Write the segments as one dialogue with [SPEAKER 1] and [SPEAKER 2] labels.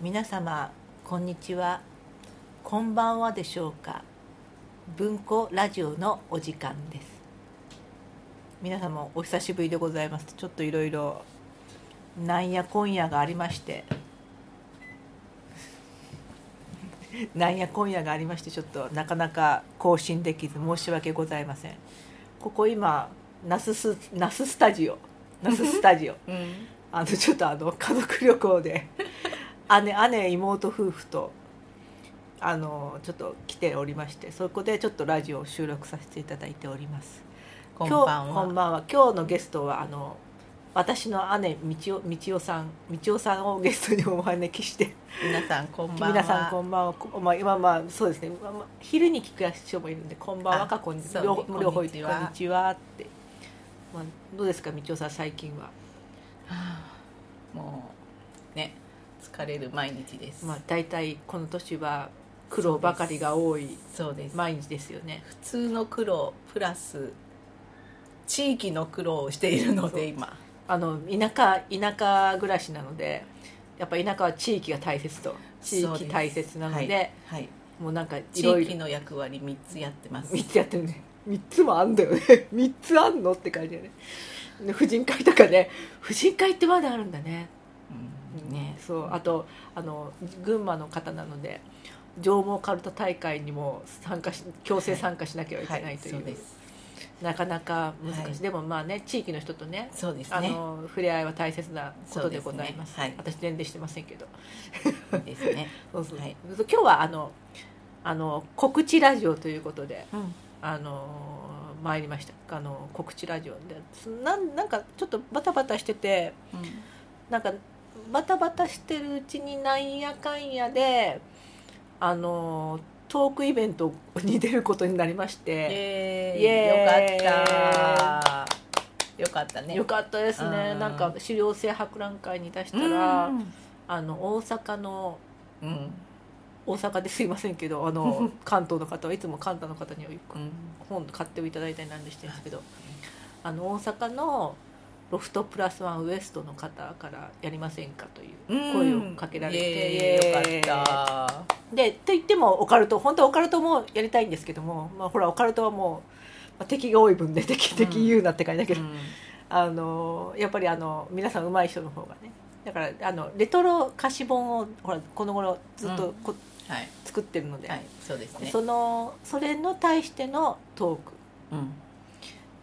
[SPEAKER 1] 皆様こんにちはこんばんはでしょうか文庫ラジオのお時間です皆様お久しぶりでございますちょっといろいろなんや今夜がありまして なんや今夜がありましてちょっとなかなか更新できず申し訳ございませんここ今ナススナススタジオナススタジオ
[SPEAKER 2] うん、
[SPEAKER 1] あのちょっとあの家族旅行で 姉姉妹夫婦とあのちょっと来ておりましてそこでちょっとラジオを収録させていただいております
[SPEAKER 2] こんばん
[SPEAKER 1] 今日こん
[SPEAKER 2] は。
[SPEAKER 1] ばんは今日のゲストはあの私の姉みちおみちおさんみちおさんをゲストにお招きして
[SPEAKER 2] 皆さんこんばんは。
[SPEAKER 1] 皆さんこんばんはこまあ今まあそうですね、まあまあ、昼に聞く人もいるんでこんばんは
[SPEAKER 2] あ
[SPEAKER 1] かこんに
[SPEAKER 2] そうね
[SPEAKER 1] 両
[SPEAKER 2] こんにちは
[SPEAKER 1] 両方言ってこんにちはって、まあ、どうですかみちおさん最近は
[SPEAKER 2] はあもうね疲れる毎日です。
[SPEAKER 1] まあ、大体この年は苦労ばかりが多い
[SPEAKER 2] そうです。
[SPEAKER 1] 毎日ですよね
[SPEAKER 2] 普通の苦労プラス地域の苦労をしているの
[SPEAKER 1] そう
[SPEAKER 2] で今。
[SPEAKER 1] あの田舎田舎暮らしなのでやっぱ田舎は地域が大切と地
[SPEAKER 2] そう
[SPEAKER 1] 域
[SPEAKER 2] です
[SPEAKER 1] 大切なので
[SPEAKER 2] はい、
[SPEAKER 1] もうなんかい
[SPEAKER 2] 地
[SPEAKER 1] ろい
[SPEAKER 2] 域
[SPEAKER 1] ろ
[SPEAKER 2] の役割三つやってます。
[SPEAKER 1] 3つやってるね3つもあんだよね3 つあんのって感じだよねで婦人会とかね婦人会ってまだあるんだね
[SPEAKER 2] うんね。
[SPEAKER 1] そうあとあの群馬の方なので上毛かるた大会にも参加し強制参加しなきゃいけないという、
[SPEAKER 2] そうです。
[SPEAKER 1] なかなか難しい、
[SPEAKER 2] はい
[SPEAKER 1] でもまあね地域の人とね
[SPEAKER 2] そうです
[SPEAKER 1] あ
[SPEAKER 2] ね。
[SPEAKER 1] の触れ合いは大切なことでご
[SPEAKER 2] そう
[SPEAKER 1] ざ
[SPEAKER 2] ですね
[SPEAKER 1] います
[SPEAKER 2] はい
[SPEAKER 1] 私全然してませんけど
[SPEAKER 2] ですね。
[SPEAKER 1] そうそう
[SPEAKER 2] はい
[SPEAKER 1] 今日はあのあの告知ラジオと いうことで
[SPEAKER 2] うん。
[SPEAKER 1] あの参りましたあの告知ラジオですなんなんかちょっとバタバタしててなんかバタバタしてるうちになんやかんやであのトークイベントに出ることになりまして。
[SPEAKER 2] イエーイ
[SPEAKER 1] イエーイ
[SPEAKER 2] よかった。よかったね。
[SPEAKER 1] よかったですね
[SPEAKER 2] うん
[SPEAKER 1] なんか資料性博覧会に出した
[SPEAKER 2] た
[SPEAKER 1] ら、
[SPEAKER 2] ら。
[SPEAKER 1] あの大阪の
[SPEAKER 2] うん。
[SPEAKER 1] 大阪ですいませんけどあ の関東の方はいつも関東の方には
[SPEAKER 2] うん。
[SPEAKER 1] 本買っていただいたりなんでしてるんですけどあの大阪のロフトプラスワンウエストの方からやりませんかという声をかけられて、
[SPEAKER 2] うんよかっ
[SPEAKER 1] でと言ってもオカルト本当はオカルトもやりたいんですけども、まあ、ほらオカルトはもう、まあ、敵が多い分で敵敵言うなって感じだけ
[SPEAKER 2] た、
[SPEAKER 1] ど、あのやっぱりあの皆さん上手い人の方がねだからあのレトロ歌詞本をほらこの頃ずっとこ、
[SPEAKER 2] はい、
[SPEAKER 1] 作ってるので、
[SPEAKER 2] はい、そうですね
[SPEAKER 1] そのそれの対してのトーク
[SPEAKER 2] うん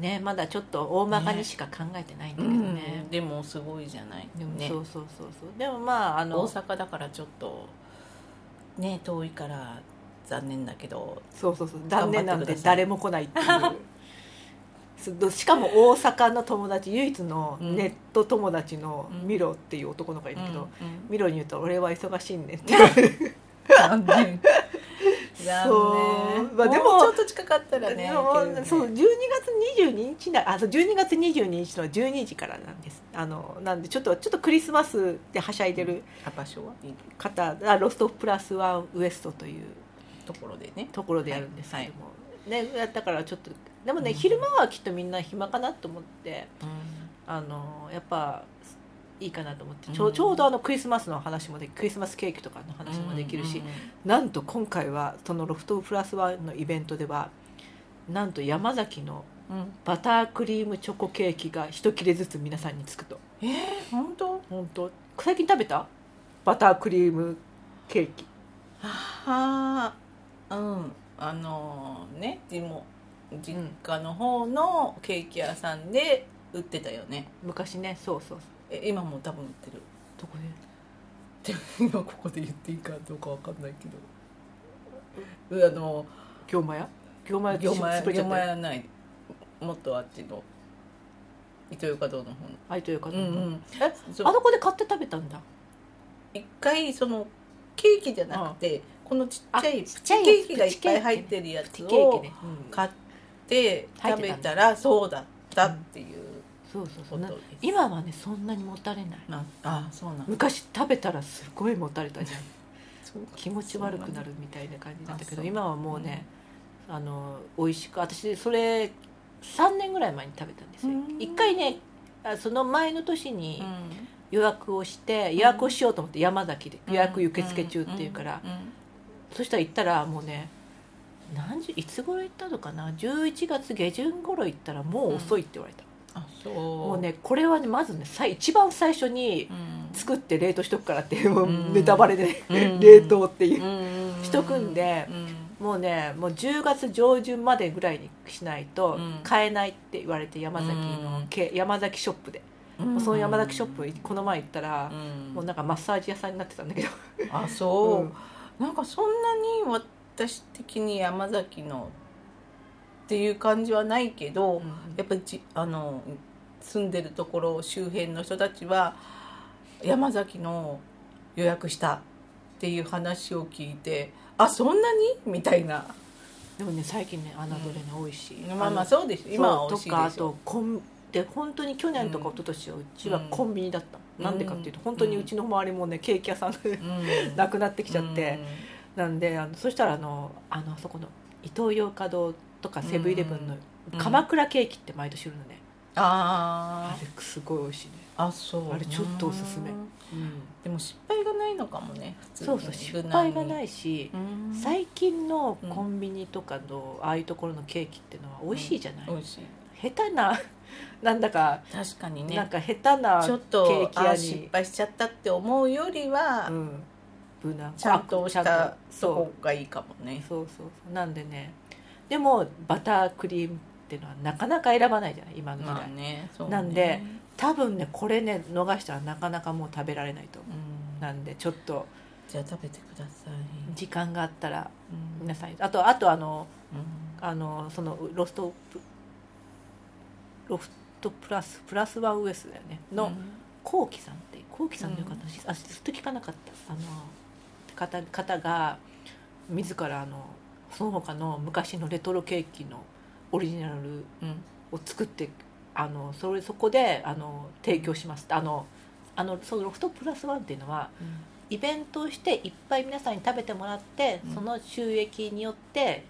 [SPEAKER 1] ねまだちょっと大まかにしか考えてないんだけどね
[SPEAKER 2] うんでもすごいじゃない
[SPEAKER 1] でも
[SPEAKER 2] ね
[SPEAKER 1] そうそうそうそうでもまああ
[SPEAKER 2] 大
[SPEAKER 1] の
[SPEAKER 2] 阪だからちょっとね遠いから残念だけど
[SPEAKER 1] そうそうそう残念なん
[SPEAKER 2] 頑張って
[SPEAKER 1] で
[SPEAKER 2] ください
[SPEAKER 1] 誰も来ないっていう すどしかも大阪の友達唯一のネット友達のミロっていう男の子がいるんだけど、
[SPEAKER 2] うん
[SPEAKER 1] ミロに言うと「俺は忙しいねん」って
[SPEAKER 2] 残念
[SPEAKER 1] そうまあでも
[SPEAKER 2] うちょっと近かったらね
[SPEAKER 1] でも
[SPEAKER 2] いけるね
[SPEAKER 1] そう12月22日なあそう12月22日の12時からなんですあのなんでちょっとちょっとクリスマスではしゃいでる
[SPEAKER 2] あ場所は
[SPEAKER 1] 方がロストプラスワンウエストという
[SPEAKER 2] ところでね
[SPEAKER 1] ところでやるんですけども、ね、だからちょっとでもね、昼間はきっとみんな暇かなと思ってあのやっぱいいかなと思ってちょ,、
[SPEAKER 2] うん
[SPEAKER 1] ちょうどあのクリスマスの話もでクリスマスケーキとかの話もできるし、なんと今回はそのロフトプラスワンのイベントではなんと山崎の
[SPEAKER 2] うんうん
[SPEAKER 1] バタークリームチョコケーキが一切れずつ皆さんにつくと
[SPEAKER 2] えー本当
[SPEAKER 1] 本当最近食べたバタークリームケーキ
[SPEAKER 2] はあうんあのね地も実家の方のケーキ屋さんで売ってたよね
[SPEAKER 1] 昔ねそうそう
[SPEAKER 2] え今も多分売ってる
[SPEAKER 1] どこ
[SPEAKER 2] でも今ここで言っていいかどうかわかんないけどうあの
[SPEAKER 1] で業務屋業務屋
[SPEAKER 2] 業前
[SPEAKER 1] 潰れちゃ
[SPEAKER 2] 業
[SPEAKER 1] ったよ
[SPEAKER 2] 前ないもっとあっちの伊東洋華堂の方の
[SPEAKER 1] あいというか、
[SPEAKER 2] うんうん
[SPEAKER 1] え
[SPEAKER 2] そう
[SPEAKER 1] あの子で買って食べたんだ
[SPEAKER 2] 一回そのケーキじゃなくてこのちっちゃい
[SPEAKER 1] あ
[SPEAKER 2] プ
[SPEAKER 1] ちっ
[SPEAKER 2] チ
[SPEAKER 1] ちゃい
[SPEAKER 2] ケーキがいっぱい入っ
[SPEAKER 1] プ
[SPEAKER 2] てるや
[SPEAKER 1] テ
[SPEAKER 2] つ
[SPEAKER 1] ィケーキ
[SPEAKER 2] を
[SPEAKER 1] ね、うん
[SPEAKER 2] 買って
[SPEAKER 1] 入っ
[SPEAKER 2] 食
[SPEAKER 1] て
[SPEAKER 2] べ
[SPEAKER 1] たんだ
[SPEAKER 2] たらそうだったっていう
[SPEAKER 1] そうそうそ
[SPEAKER 2] こ
[SPEAKER 1] う
[SPEAKER 2] と
[SPEAKER 1] な
[SPEAKER 2] です、
[SPEAKER 1] 今はねそんなにもたれない
[SPEAKER 2] なあそうなん
[SPEAKER 1] 昔食べたらすごいもたれたじゃん
[SPEAKER 2] そうか
[SPEAKER 1] 気持ち悪くなるみたいな感じだったけ
[SPEAKER 2] あそ
[SPEAKER 1] ど
[SPEAKER 2] う
[SPEAKER 1] 今はもうね、あの美味しく私それ3年ぐらい前に食べたんですよ
[SPEAKER 2] うん
[SPEAKER 1] 一回ねあその前の年に、
[SPEAKER 2] うん
[SPEAKER 1] 予約をして予約をしようと思って山崎で予約受付中っていうから、
[SPEAKER 2] うんうん
[SPEAKER 1] そしたら行ったらもうね何時いつ頃行ったのかな11月下旬頃行ったらもう遅いって言われた、
[SPEAKER 2] あそう
[SPEAKER 1] もうねこれはねまずねさい一番最初に
[SPEAKER 2] うん
[SPEAKER 1] 作って冷凍しとくからっていう、もうんネタバレで、
[SPEAKER 2] うん
[SPEAKER 1] 冷凍っていうう、
[SPEAKER 2] ん
[SPEAKER 1] しとくんで
[SPEAKER 2] うん
[SPEAKER 1] もうねもう10月上旬までぐらいにしないと
[SPEAKER 2] うん
[SPEAKER 1] 買えないって言われて山崎の、
[SPEAKER 2] うん
[SPEAKER 1] け山崎ショップで、もうその山崎ショップこの前行ったら、
[SPEAKER 2] うん
[SPEAKER 1] もうなんかマッサージ屋さんになってたんだけど、
[SPEAKER 2] あそう、
[SPEAKER 1] うん
[SPEAKER 2] なんかそんなに私的に山崎のっていう感じはないけど、やっぱりじあの住んでるところ周辺の人たちは山崎の予約したっていう話を聞いてあそんなにみたいな
[SPEAKER 1] でもね最近ね侮れの多いし、
[SPEAKER 2] まあま
[SPEAKER 1] の
[SPEAKER 2] あそうです今は
[SPEAKER 1] そう
[SPEAKER 2] 美味
[SPEAKER 1] と
[SPEAKER 2] しい
[SPEAKER 1] かあ
[SPEAKER 2] です
[SPEAKER 1] とコンで本当に去年とか
[SPEAKER 2] うん
[SPEAKER 1] 一昨年はうちは
[SPEAKER 2] うん
[SPEAKER 1] コンビニだった、
[SPEAKER 2] うん
[SPEAKER 1] なんでかっていうと本当にうちの周りもねケーキ屋さんがなくなってきちゃって、なんであのそしたらあのあのあそこの伊東洋華堂とかセブンイレブンの
[SPEAKER 2] うん
[SPEAKER 1] 鎌倉ケーキって毎年売るのね、
[SPEAKER 2] あ
[SPEAKER 1] あれすごい美味しいね、
[SPEAKER 2] ああそう
[SPEAKER 1] あれちょっとおすすめ
[SPEAKER 2] うんでも失敗がないのかもね普通に、
[SPEAKER 1] そうそう失敗がないいし、
[SPEAKER 2] うん
[SPEAKER 1] 最近のコンビニとかのああいうところのケーキっていうのは美味しいじゃない、
[SPEAKER 2] 美味しい
[SPEAKER 1] 下手な なんだか
[SPEAKER 2] 確かに
[SPEAKER 1] なん
[SPEAKER 2] ね
[SPEAKER 1] か下手な
[SPEAKER 2] ちょっ
[SPEAKER 1] ケ
[SPEAKER 2] と
[SPEAKER 1] ーキ
[SPEAKER 2] あ
[SPEAKER 1] 屋
[SPEAKER 2] ー
[SPEAKER 1] に
[SPEAKER 2] 失敗しちゃったって思うよりは、
[SPEAKER 1] うん、無難
[SPEAKER 2] ちゃんとし
[SPEAKER 1] ちゃん
[SPEAKER 2] た
[SPEAKER 1] とそ
[SPEAKER 2] と
[SPEAKER 1] う
[SPEAKER 2] こがいいかもね
[SPEAKER 1] そうそうそうなんでねでもバタークリームっていうのはなかなか選ばないじゃない今の時代、
[SPEAKER 2] まあねそうね
[SPEAKER 1] なんで多分ねこれね逃したらなかなかもう食べられないと思
[SPEAKER 2] うん
[SPEAKER 1] うなんでちょっと
[SPEAKER 2] じゃあ食べてください、
[SPEAKER 1] 時間があったら
[SPEAKER 2] うん
[SPEAKER 1] 皆さんあとあとあの
[SPEAKER 2] うん
[SPEAKER 1] あのそのロストプロフトプラスプラスワンウエストだよねの、こうきさんってこうきさんの方、うあずっと聞かなかったあの方方が自らあのその他の昔のレトロケーキのオリジナル
[SPEAKER 2] うんうん
[SPEAKER 1] を作ってあのそれそこであの提供しますってあのあのそのロフトプラスワンっていうのはイベントをしていっぱい皆さんに食べてもらって、
[SPEAKER 2] うん
[SPEAKER 1] その収益によって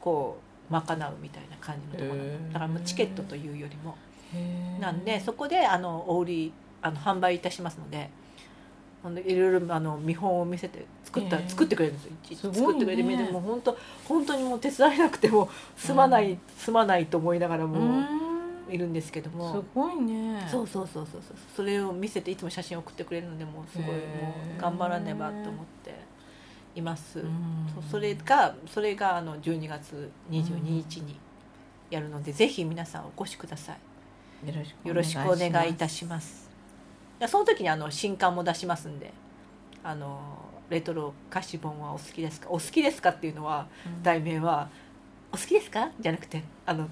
[SPEAKER 1] こう賄うみたいな感じのところなの
[SPEAKER 2] へー
[SPEAKER 1] だからもうチケットというよりも
[SPEAKER 2] へー
[SPEAKER 1] なんでそこであのお売りあの販売いたしますので。ほんでいろいろあの見本を見せて作った、
[SPEAKER 2] ええ
[SPEAKER 1] 作ってくれるんですよ。いちいち
[SPEAKER 2] すごいね
[SPEAKER 1] 作ってくれるみんなもう本当本当にもう手伝えなくてもすまない、
[SPEAKER 2] うん
[SPEAKER 1] すまないと思いながらも
[SPEAKER 2] うん
[SPEAKER 1] いるんですけども、
[SPEAKER 2] すごいね
[SPEAKER 1] そうそうそうそうそうそれを見せていつも写真を送ってくれるのでもうすごいも
[SPEAKER 2] へえ
[SPEAKER 1] う頑張らねばと思っています。
[SPEAKER 2] うん
[SPEAKER 1] そうそれがそれがあの12月22日にやるので、ぜひ皆さんお越しください。
[SPEAKER 2] よろしく
[SPEAKER 1] よろしくお願いい
[SPEAKER 2] した
[SPEAKER 1] します。いやその時にあの新刊も出しますんで、あのレトロ歌詞本はお好きですか？お好きですかっていうのは
[SPEAKER 2] だい
[SPEAKER 1] 題名はお好きですかじゃなくてあの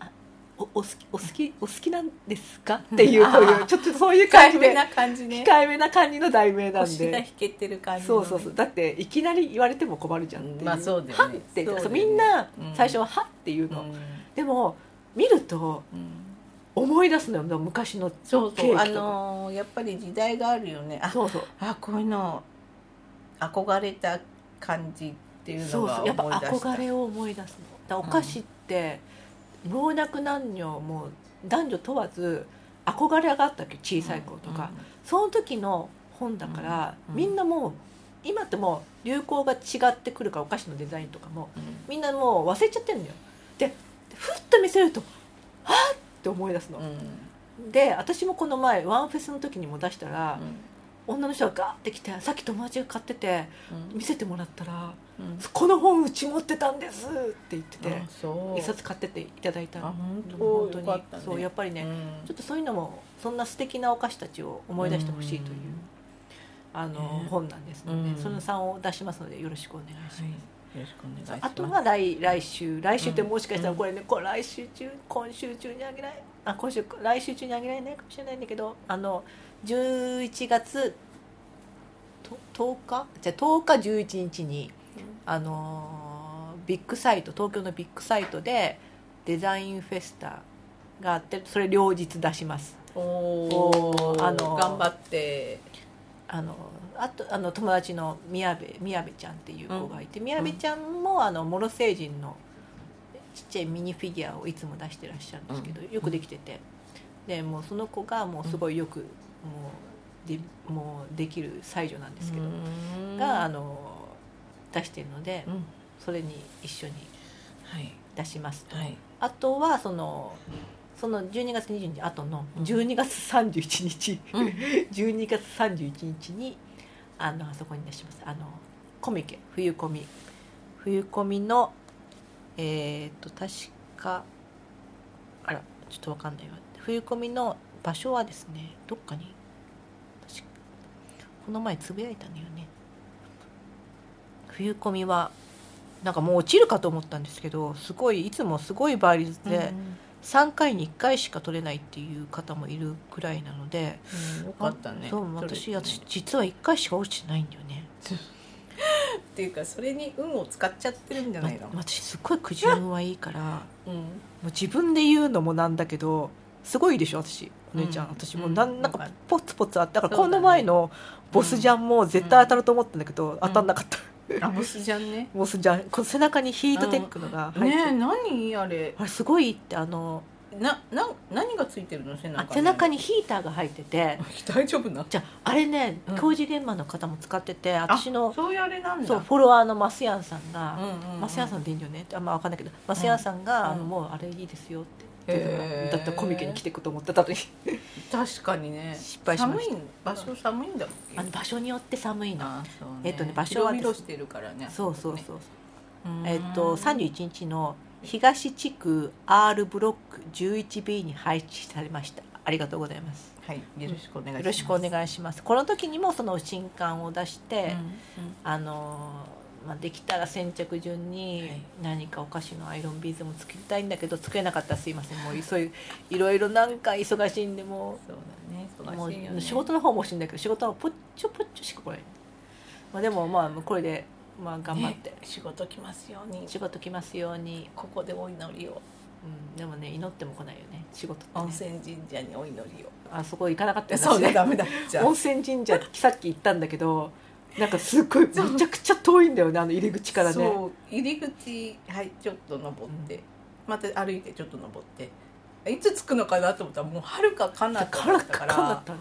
[SPEAKER 1] あおお好きお好きお好きなんですかっていう
[SPEAKER 2] あ
[SPEAKER 1] こ
[SPEAKER 2] ー
[SPEAKER 1] ういうちょっとそういう感
[SPEAKER 2] 控
[SPEAKER 1] じ
[SPEAKER 2] え
[SPEAKER 1] で
[SPEAKER 2] めな感じね
[SPEAKER 1] 控えめな感じの題名なん
[SPEAKER 2] 腰が
[SPEAKER 1] で
[SPEAKER 2] 引。けてる感じの
[SPEAKER 1] そ
[SPEAKER 2] ね
[SPEAKER 1] うそうそうだっていきなり言われても困るじゃんっていう、
[SPEAKER 2] まあそうだよね
[SPEAKER 1] はって
[SPEAKER 2] そうだよね
[SPEAKER 1] そうみんな
[SPEAKER 2] うん
[SPEAKER 1] 最初は「は」っていう
[SPEAKER 2] う
[SPEAKER 1] の、
[SPEAKER 2] ん
[SPEAKER 1] でも見ると
[SPEAKER 2] うん
[SPEAKER 1] 思い出すのよ昔の
[SPEAKER 2] そう
[SPEAKER 1] ケーキ
[SPEAKER 2] そ
[SPEAKER 1] と
[SPEAKER 2] う
[SPEAKER 1] か
[SPEAKER 2] あのーやっぱり時代があるよねあ
[SPEAKER 1] そうそう
[SPEAKER 2] あこういうの憧れた感じっていう
[SPEAKER 1] そ
[SPEAKER 2] の
[SPEAKER 1] う
[SPEAKER 2] が
[SPEAKER 1] そう
[SPEAKER 2] 思
[SPEAKER 1] や
[SPEAKER 2] い
[SPEAKER 1] っぱ
[SPEAKER 2] 出した
[SPEAKER 1] 憧れを思い出すのだからお菓子って、老若男女もう男女問わず憧れがあったわけ小さい子とか、その時の本だから、
[SPEAKER 2] うん
[SPEAKER 1] みんなもう今ってもう流行が違ってくるからお菓子のデザインとかも
[SPEAKER 2] うん
[SPEAKER 1] みんなもう忘れちゃってるのよでふっと見せると「はっ!」って思い出すの
[SPEAKER 2] う、んうん
[SPEAKER 1] で私もこの前ワンフェスの時にも出したら、女の人がガーって来てさっき友達が買ってて見せてもらったら
[SPEAKER 2] うんうん
[SPEAKER 1] 「この本うち持ってたんです」って言ってて
[SPEAKER 2] あそう
[SPEAKER 1] 一冊買ってっていただいた
[SPEAKER 2] あ
[SPEAKER 1] の
[SPEAKER 2] 本当
[SPEAKER 1] 本当
[SPEAKER 2] よ
[SPEAKER 1] に
[SPEAKER 2] かったね
[SPEAKER 1] そうやっぱりね、
[SPEAKER 2] うん
[SPEAKER 1] ちょっとそういうのもそんな素敵なお菓子たちを思い出してほしいという、
[SPEAKER 2] うん
[SPEAKER 1] あの、
[SPEAKER 2] ね
[SPEAKER 1] 本なんですので、
[SPEAKER 2] うん
[SPEAKER 1] その3を出しますのでよろしくお願いします。
[SPEAKER 2] はいよろしくお願いします
[SPEAKER 1] あとは来来週来週って
[SPEAKER 2] うん
[SPEAKER 1] もしかしたらこれね、こう来週中今週中にあげないあ今週来週中にあげられないかもしれないんだけどあの11月と10日じゃあ10日11日にあのービッグサイト東京のビッグサイトでデザインフェスタがあってそれ両日出します
[SPEAKER 2] お
[SPEAKER 1] お
[SPEAKER 2] お
[SPEAKER 1] ーあの
[SPEAKER 2] 頑張って
[SPEAKER 1] あのあとあの友達の宮部宮部ちゃんっていう子がいて、宮部ちゃんもあのモロ星人のちっちゃいミニフィギュアをいつも出してらっしゃるんですけど、
[SPEAKER 2] うん
[SPEAKER 1] よくできててでもうその子がもうすごいよく、もうでもうできる才女なんですけど、
[SPEAKER 2] うん
[SPEAKER 1] があの出してるので、
[SPEAKER 2] うん
[SPEAKER 1] それに一緒に
[SPEAKER 2] はい
[SPEAKER 1] 出しますと、
[SPEAKER 2] はい
[SPEAKER 1] あとはそのその12月22日あとの12月31日、
[SPEAKER 2] うん
[SPEAKER 1] 12月31日にあのあそこに出しますあのコミケ冬コミ冬コミのえーっと確かあらちょっとわかんないわ冬コミの場所はですねどっかに確かこの前つぶやいたのよね冬コミはなんかもう落ちるかと思ったんですけどすごいいつもすごい倍率で3回に1回しか取れないっていう方もいるくらいなので、
[SPEAKER 2] うん、よかったね
[SPEAKER 1] そう
[SPEAKER 2] それ
[SPEAKER 1] 私私実は一回しか落ちてないんだよね。
[SPEAKER 2] っていうかそれに運を使っちゃってるんじゃないの、
[SPEAKER 1] ま私すっごいくじ運はいいからも
[SPEAKER 2] うん
[SPEAKER 1] う自分で言うのもなんだけどすごいでしょ私お姉ちゃん、
[SPEAKER 2] うん
[SPEAKER 1] 私もうな
[SPEAKER 2] うんん
[SPEAKER 1] なんか
[SPEAKER 2] わかる
[SPEAKER 1] ポツポツあっただから
[SPEAKER 2] そう
[SPEAKER 1] こ
[SPEAKER 2] だ
[SPEAKER 1] の
[SPEAKER 2] ね
[SPEAKER 1] 前のボスジャンも絶対当たると思ったんだけど、当たんなかった、
[SPEAKER 2] ラブスじゃんね
[SPEAKER 1] ボスジャンこう背中にヒートテックのが入
[SPEAKER 2] ね
[SPEAKER 1] ってる、
[SPEAKER 2] え何あれ
[SPEAKER 1] あれすごいってあの
[SPEAKER 2] なな何がついてるの背中
[SPEAKER 1] あ背中にヒーターが入ってて
[SPEAKER 2] 大丈夫な
[SPEAKER 1] じゃああれね
[SPEAKER 2] うん
[SPEAKER 1] 工事現場の方も使ってて私の
[SPEAKER 2] そういうあれなんだ
[SPEAKER 1] そうフォロワーのマスヤンさんが、
[SPEAKER 2] うんうんうん
[SPEAKER 1] マスヤンさんでいいんだよねあんま分かんないけどマスヤンさんが、
[SPEAKER 2] うん
[SPEAKER 1] あのもうあれいいですよって言ってたから
[SPEAKER 2] へー
[SPEAKER 1] だったらコミケに来てくと思ってたのに
[SPEAKER 2] 確かにね
[SPEAKER 1] 失敗しました
[SPEAKER 2] 寒い場所寒いんだっけ
[SPEAKER 1] あの場所によって寒いの
[SPEAKER 2] あそうね
[SPEAKER 1] えっとね場所はです
[SPEAKER 2] 広々してるからね
[SPEAKER 1] そうそう
[SPEAKER 2] ね
[SPEAKER 1] そう、
[SPEAKER 2] うん
[SPEAKER 1] えっと31日の東地区 R ブロック 11B に配置されましたありがとうございます
[SPEAKER 2] はいよろしくお願いします
[SPEAKER 1] よろしくお願いしますこの時にもその新刊を出して、
[SPEAKER 2] うん
[SPEAKER 1] あのーまあ、できたら先着順に
[SPEAKER 2] はい
[SPEAKER 1] 何かお菓子のアイロンビーズも作りたいんだけど作れなかったらすいませんもうそういういろいろなんか忙しいんでも
[SPEAKER 2] そう
[SPEAKER 1] う
[SPEAKER 2] だね
[SPEAKER 1] も
[SPEAKER 2] 忙しいよ
[SPEAKER 1] う
[SPEAKER 2] ね
[SPEAKER 1] 仕事の方も欲しいんだけど仕事はポッチョポッチョしか来ない、まあ、でもまあこれで、まあ、頑張って、
[SPEAKER 2] ね仕事来ますように
[SPEAKER 1] 仕事来ますように、
[SPEAKER 2] ここでお祈りを
[SPEAKER 1] うん、でもね祈っても来ないよね仕事って、
[SPEAKER 2] 温
[SPEAKER 1] ね、
[SPEAKER 2] 泉神社にお祈りを
[SPEAKER 1] あ そこ行かなかった
[SPEAKER 2] え
[SPEAKER 1] よ
[SPEAKER 2] そう
[SPEAKER 1] 私
[SPEAKER 2] だ
[SPEAKER 1] ね
[SPEAKER 2] ダメだじゃあ
[SPEAKER 1] 温泉神社さっき行ったんだけどなんかすっごいめちゃくちゃ遠いんだよねあの入り口からね
[SPEAKER 2] そう入り口はいちょっと登って、また歩いてちょっと登っていつ着くのかなと思ったらもうはるかかなと
[SPEAKER 1] カ
[SPEAKER 2] 思
[SPEAKER 1] ラ
[SPEAKER 2] ったか
[SPEAKER 1] カラ
[SPEAKER 2] ら
[SPEAKER 1] だったね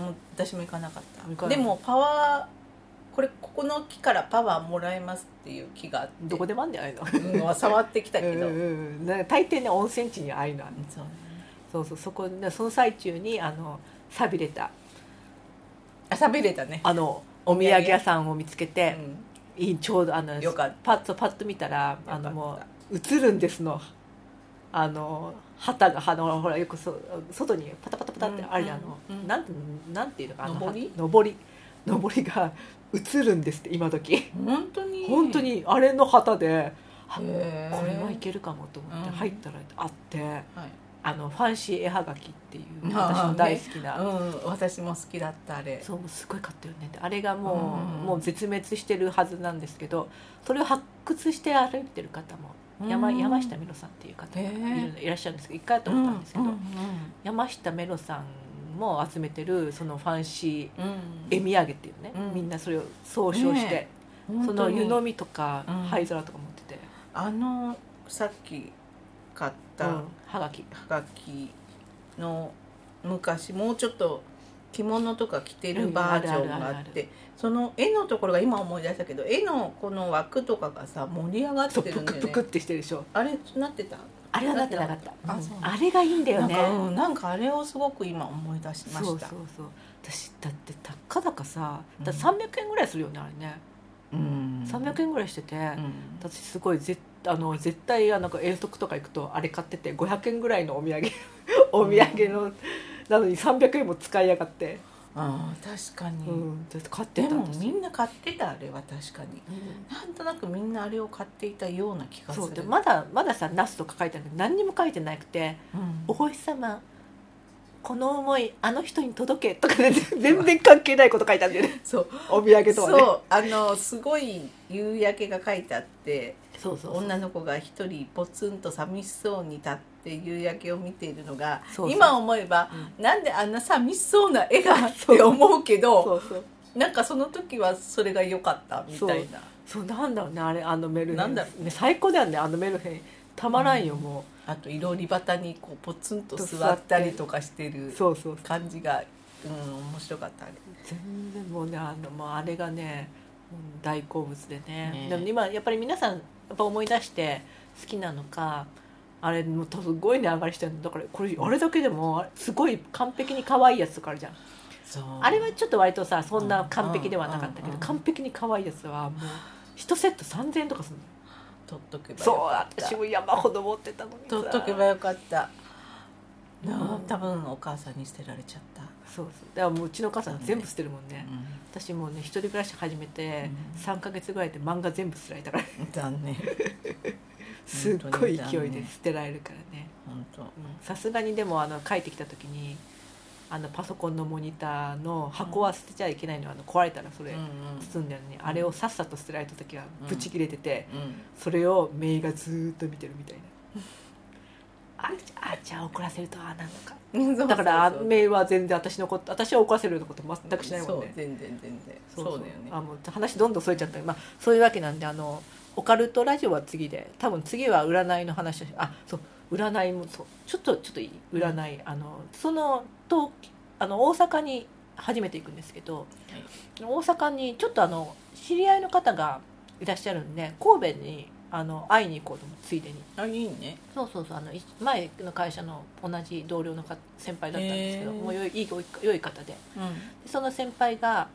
[SPEAKER 2] もう私も行かなかっ
[SPEAKER 1] 行か
[SPEAKER 2] た
[SPEAKER 1] ない
[SPEAKER 2] でもパワーこれここの木からパワーもらえますっていう木があって
[SPEAKER 1] どこでもあんじゃないの
[SPEAKER 2] うん触ってきたけど、
[SPEAKER 1] うんうんうんなんか大抵ね温泉地にああいうのはね
[SPEAKER 2] そうね
[SPEAKER 1] そうそうそこねその最中にあの寂れた
[SPEAKER 2] あ喋れたね、
[SPEAKER 1] あのお土産屋さんを見つけていいちょうどあの
[SPEAKER 2] うん、よかった
[SPEAKER 1] パッとパッと見たらあの
[SPEAKER 2] よ
[SPEAKER 1] も
[SPEAKER 2] かっ
[SPEAKER 1] う映るんですのあの旗があのほらよくそ外にパタパタパタってあるじゃん、
[SPEAKER 2] うん
[SPEAKER 1] あ
[SPEAKER 2] うんう
[SPEAKER 1] の
[SPEAKER 2] ん
[SPEAKER 1] なんてなんていうのかあの
[SPEAKER 2] 上り
[SPEAKER 1] 上り上りが映るんですって今時
[SPEAKER 2] 本当に
[SPEAKER 1] 本当にあれの旗であこ
[SPEAKER 2] へー
[SPEAKER 1] れはいけるかもと思って
[SPEAKER 2] うん
[SPEAKER 1] 入ったらあって。
[SPEAKER 2] はい
[SPEAKER 1] あのファンシー絵はがきっていう
[SPEAKER 2] あー
[SPEAKER 1] 私の大好きな、
[SPEAKER 2] うん、私も好きだったあれ
[SPEAKER 1] そうすごい買ったよねってあれがもう,、
[SPEAKER 2] うん
[SPEAKER 1] もう絶滅してるはずなんですけどそれを発掘して歩いてる方も山,、
[SPEAKER 2] うん
[SPEAKER 1] 山下メロさんっていう方がいる、いらっしゃるんですけど一回会ったことあるんですけど、
[SPEAKER 2] うん
[SPEAKER 1] 山下メロさんも集めてるそのファンシ
[SPEAKER 2] う
[SPEAKER 1] ー
[SPEAKER 2] ん
[SPEAKER 1] 絵土産っていうね、
[SPEAKER 2] うん
[SPEAKER 1] みんなそれを総称して
[SPEAKER 2] ね、うん
[SPEAKER 1] その湯飲みとか
[SPEAKER 2] うん
[SPEAKER 1] 灰皿とか持ってて、
[SPEAKER 2] あのさっき買っ
[SPEAKER 1] う
[SPEAKER 2] た
[SPEAKER 1] ん
[SPEAKER 2] は
[SPEAKER 1] はがき
[SPEAKER 2] がきの昔もうちょっと着物とか着てるバージョンがあ
[SPEAKER 1] うんあるあるあ
[SPEAKER 2] っ
[SPEAKER 1] るあ
[SPEAKER 2] てその絵のところが今思い出したけど絵のこの枠とかがさ盛り上がっ
[SPEAKER 1] そう
[SPEAKER 2] てる
[SPEAKER 1] プ
[SPEAKER 2] んだ
[SPEAKER 1] ク
[SPEAKER 2] よ
[SPEAKER 1] プ
[SPEAKER 2] ね
[SPEAKER 1] クってしてるでしょ
[SPEAKER 2] あれなってた
[SPEAKER 1] あれはなってなかった
[SPEAKER 2] あ
[SPEAKER 1] うん
[SPEAKER 2] そう
[SPEAKER 1] あれがいいんだよ
[SPEAKER 2] なん
[SPEAKER 1] ね
[SPEAKER 2] か、うん、なんかあれをすごく今思い出しました
[SPEAKER 1] そうそうそう私だってたかだかさだって
[SPEAKER 2] うん
[SPEAKER 1] 300円ぐらいするよねあれね、
[SPEAKER 2] うん
[SPEAKER 1] 300円ぐらいしてて、
[SPEAKER 2] うん
[SPEAKER 1] 私すごいぜあの絶対あのなんか遠足とか行くとあれ買ってて500円ぐらいのお土産お土産の、なのに300円も使いやがって、
[SPEAKER 2] あー確かに、
[SPEAKER 1] うん、だって買って
[SPEAKER 2] で
[SPEAKER 1] た
[SPEAKER 2] も
[SPEAKER 1] 私
[SPEAKER 2] みんな買ってたあれは確かに
[SPEAKER 1] うん
[SPEAKER 2] なんとなくみんなあれを買っていたような気がする
[SPEAKER 1] そうでまだまださナスとか書いてあるんだけど何にも書いてなくて
[SPEAKER 2] うん
[SPEAKER 1] 「お星様この思いあの人に届け」とかね全然関係ないこと書いてあるんだよ ね
[SPEAKER 2] そう
[SPEAKER 1] お土産とはね
[SPEAKER 2] そうあのすごい夕焼けが書いてあって
[SPEAKER 1] そうそうそう
[SPEAKER 2] 女の子が一人ポツンと寂しそうに立って夕焼けを見ているのが
[SPEAKER 1] そうそう
[SPEAKER 2] 今思えば、
[SPEAKER 1] う
[SPEAKER 2] なんであんな寂しそうな絵が っ
[SPEAKER 1] そう
[SPEAKER 2] て思うけど
[SPEAKER 1] そうそう
[SPEAKER 2] なんかその時はそれが良かったみたいな
[SPEAKER 1] そうなんだろうねあれあのメルヘン
[SPEAKER 2] なんだろう
[SPEAKER 1] ね最高だよねあのメルヘンたまらんよ、も
[SPEAKER 2] あといろり端にこうポツンと座ったりとかして
[SPEAKER 1] う
[SPEAKER 2] る
[SPEAKER 1] そうそう
[SPEAKER 2] 感じがうん、面白かったあれ
[SPEAKER 1] 全然もうねあのもうあれがねうん大好物でね
[SPEAKER 2] ね
[SPEAKER 1] でも今やっぱり皆さんやっぱ思い出して好きなのかあれもうすごい値上がりしてるのだからこれあれだけでもあれすごい完璧に可愛いやつとかあるじゃん
[SPEAKER 2] そう
[SPEAKER 1] あれはちょっと割とさそんな完璧ではなかったけ
[SPEAKER 2] うんうん
[SPEAKER 1] ど
[SPEAKER 2] うん
[SPEAKER 1] 完璧に可愛いやつはもう1セット3000円とかするの
[SPEAKER 2] 取っとけば
[SPEAKER 1] そう
[SPEAKER 2] よかった
[SPEAKER 1] 私も山ほど持ってたのにさ
[SPEAKER 2] 取っとけばよかったなあ
[SPEAKER 1] うん
[SPEAKER 2] 多分お母さんに捨てられちゃった、
[SPEAKER 1] そうそうだからもううちのお母さん全部捨てるもんね
[SPEAKER 2] う
[SPEAKER 1] 私もうね一人暮らし始めて
[SPEAKER 2] うん
[SPEAKER 1] 3か月ぐらいで漫画全部捨てられたから
[SPEAKER 2] ん、残念
[SPEAKER 1] すっごい勢
[SPEAKER 2] 本当
[SPEAKER 1] い
[SPEAKER 2] に
[SPEAKER 1] で
[SPEAKER 2] ね
[SPEAKER 1] 捨てられるからね
[SPEAKER 2] 本当
[SPEAKER 1] うんさすがにでもあの帰ってきた時にあのパソコンのモニターの箱は捨てちゃいけないのあの壊れたらそれ
[SPEAKER 2] うんうん
[SPEAKER 1] 包んだのにあれをさっさと捨てられた時は
[SPEAKER 2] うん
[SPEAKER 1] ブチ切れてて
[SPEAKER 2] うん
[SPEAKER 1] それをメイがずーっと見てるみたいな。 ああじゃあ怒らせるとああなのかだからメイは全然私のこと私は怒らせるようなこと全くしないもん
[SPEAKER 2] そう
[SPEAKER 1] ね
[SPEAKER 2] 全然全然そうだよね
[SPEAKER 1] あもう話どんどんそれちゃった、まあ、そういうわけなんであのオカルトラジオは次で多分次は占いの話をしあそう占いもそうちょっとちょっといい占い、あのその東あの大阪に初めて行くんですけど、大阪にちょっとあの知り合いの方がいらっしゃるんで神戸にあの会いに行こうと思うついでに
[SPEAKER 2] あいいね
[SPEAKER 1] そうそうそうあのい前の会社の同じ同僚のか先輩だったんですけど
[SPEAKER 2] へー
[SPEAKER 1] もうよいいいい良い方で
[SPEAKER 2] うん
[SPEAKER 1] でその先輩が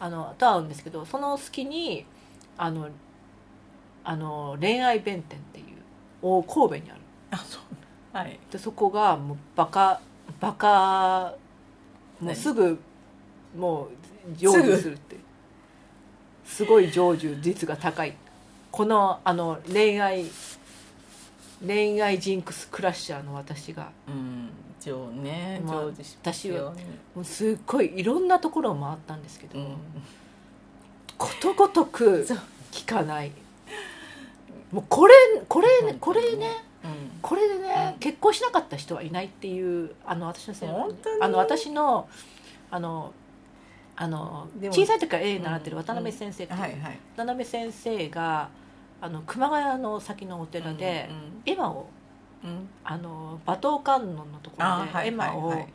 [SPEAKER 1] あのと会うんですけどその隙にあのあの恋愛弁天っていうお神戸にある
[SPEAKER 2] あそうはい
[SPEAKER 1] でそこがもうバカバカもう
[SPEAKER 2] 何
[SPEAKER 1] すぐもう成就するってすごい成就率が高いこのあの恋愛恋愛ジンクスクラッシャーの私が
[SPEAKER 2] うん一応ね
[SPEAKER 1] まあ
[SPEAKER 2] 常時
[SPEAKER 1] 私は
[SPEAKER 2] よう
[SPEAKER 1] もうすっごいいろんなところを回ったんですけど、
[SPEAKER 2] にうん
[SPEAKER 1] ことごとく
[SPEAKER 2] そう
[SPEAKER 1] 聞かないもうこれこれこれね
[SPEAKER 2] うん
[SPEAKER 1] これでね、
[SPEAKER 2] うん
[SPEAKER 1] 結婚しなかった人はいないっていうあの私の先輩
[SPEAKER 2] 本当に
[SPEAKER 1] あの私のあのあの
[SPEAKER 2] でも
[SPEAKER 1] 小さい時から A 習ってる
[SPEAKER 2] うん
[SPEAKER 1] 渡辺先生っていう、
[SPEAKER 2] はいはい
[SPEAKER 1] 渡辺先生があの熊谷の先のお寺で、絵馬を
[SPEAKER 2] うんうん
[SPEAKER 1] あの馬頭観音のとこ
[SPEAKER 2] あー
[SPEAKER 1] ろ
[SPEAKER 2] は
[SPEAKER 1] で絵
[SPEAKER 2] いはい
[SPEAKER 1] 馬を
[SPEAKER 2] はい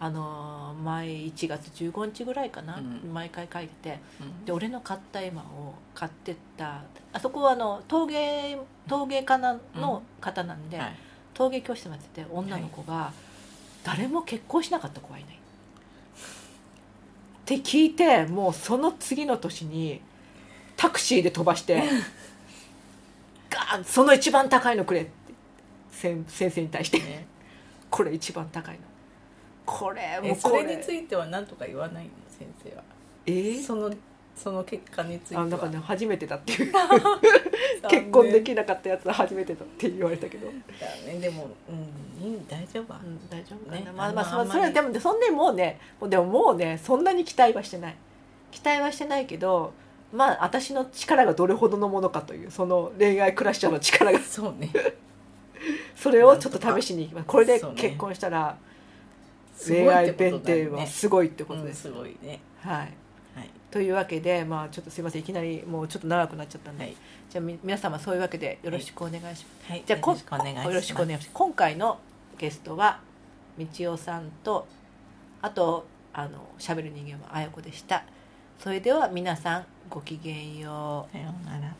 [SPEAKER 1] あの毎1月15日ぐらいかな、
[SPEAKER 2] うん
[SPEAKER 1] 毎回書いてて
[SPEAKER 2] うん
[SPEAKER 1] で俺の買った絵馬を買ってったあそこはあの陶芸陶芸家なの方なんで、
[SPEAKER 2] はい
[SPEAKER 1] 陶芸教室もやってて女の子が誰も結婚しなかった子はいないって聞いてもうその次の年にタクシーで飛ば して「ガーンその一番高いのくれ」って先先生に対して
[SPEAKER 2] ね
[SPEAKER 1] 「これ一番高いの」これも
[SPEAKER 2] え
[SPEAKER 1] うこ
[SPEAKER 2] そ
[SPEAKER 1] れ
[SPEAKER 2] れについては何とか言わないの先生は
[SPEAKER 1] えー
[SPEAKER 2] そのその結果については
[SPEAKER 1] あなんかね初めてだっていう
[SPEAKER 2] 残念
[SPEAKER 1] 結婚できなかったやつは初めてだって言われたけど、
[SPEAKER 2] だねでもうんいい大丈夫は
[SPEAKER 1] うん、大丈夫かな、
[SPEAKER 2] ね
[SPEAKER 1] まあまあ
[SPEAKER 2] あんま
[SPEAKER 1] そ
[SPEAKER 2] あんまり
[SPEAKER 1] それはでもそんでもうねもうでももうねそんなに期待はしてない期待はしてないけどまあ私の力がどれほどのものかというその恋愛クラッシャーの力が
[SPEAKER 2] そう ね
[SPEAKER 1] それをちょっと試しに行きますこれで
[SPEAKER 2] そうね
[SPEAKER 1] 結婚したら
[SPEAKER 2] すごい
[SPEAKER 1] 恋愛
[SPEAKER 2] ってこ
[SPEAKER 1] 弁
[SPEAKER 2] とだよ
[SPEAKER 1] 定
[SPEAKER 2] ね
[SPEAKER 1] はすごいってこと
[SPEAKER 2] う
[SPEAKER 1] で
[SPEAKER 2] ん
[SPEAKER 1] す、
[SPEAKER 2] すごいね
[SPEAKER 1] はい
[SPEAKER 2] はい
[SPEAKER 1] というわけでまあちょっとすいませんいきなりもうちょっと長くなっちゃったんで、
[SPEAKER 2] はい
[SPEAKER 1] じゃあみ皆様そういうわけでよろしくお願いします、
[SPEAKER 2] はい
[SPEAKER 1] じゃあこ
[SPEAKER 2] よろしくお願いします
[SPEAKER 1] よろしくお願いします今回のゲストは道夫さんとあとあの喋る人間はあやこでしたそれでは皆さんごきげんよう
[SPEAKER 2] さようなら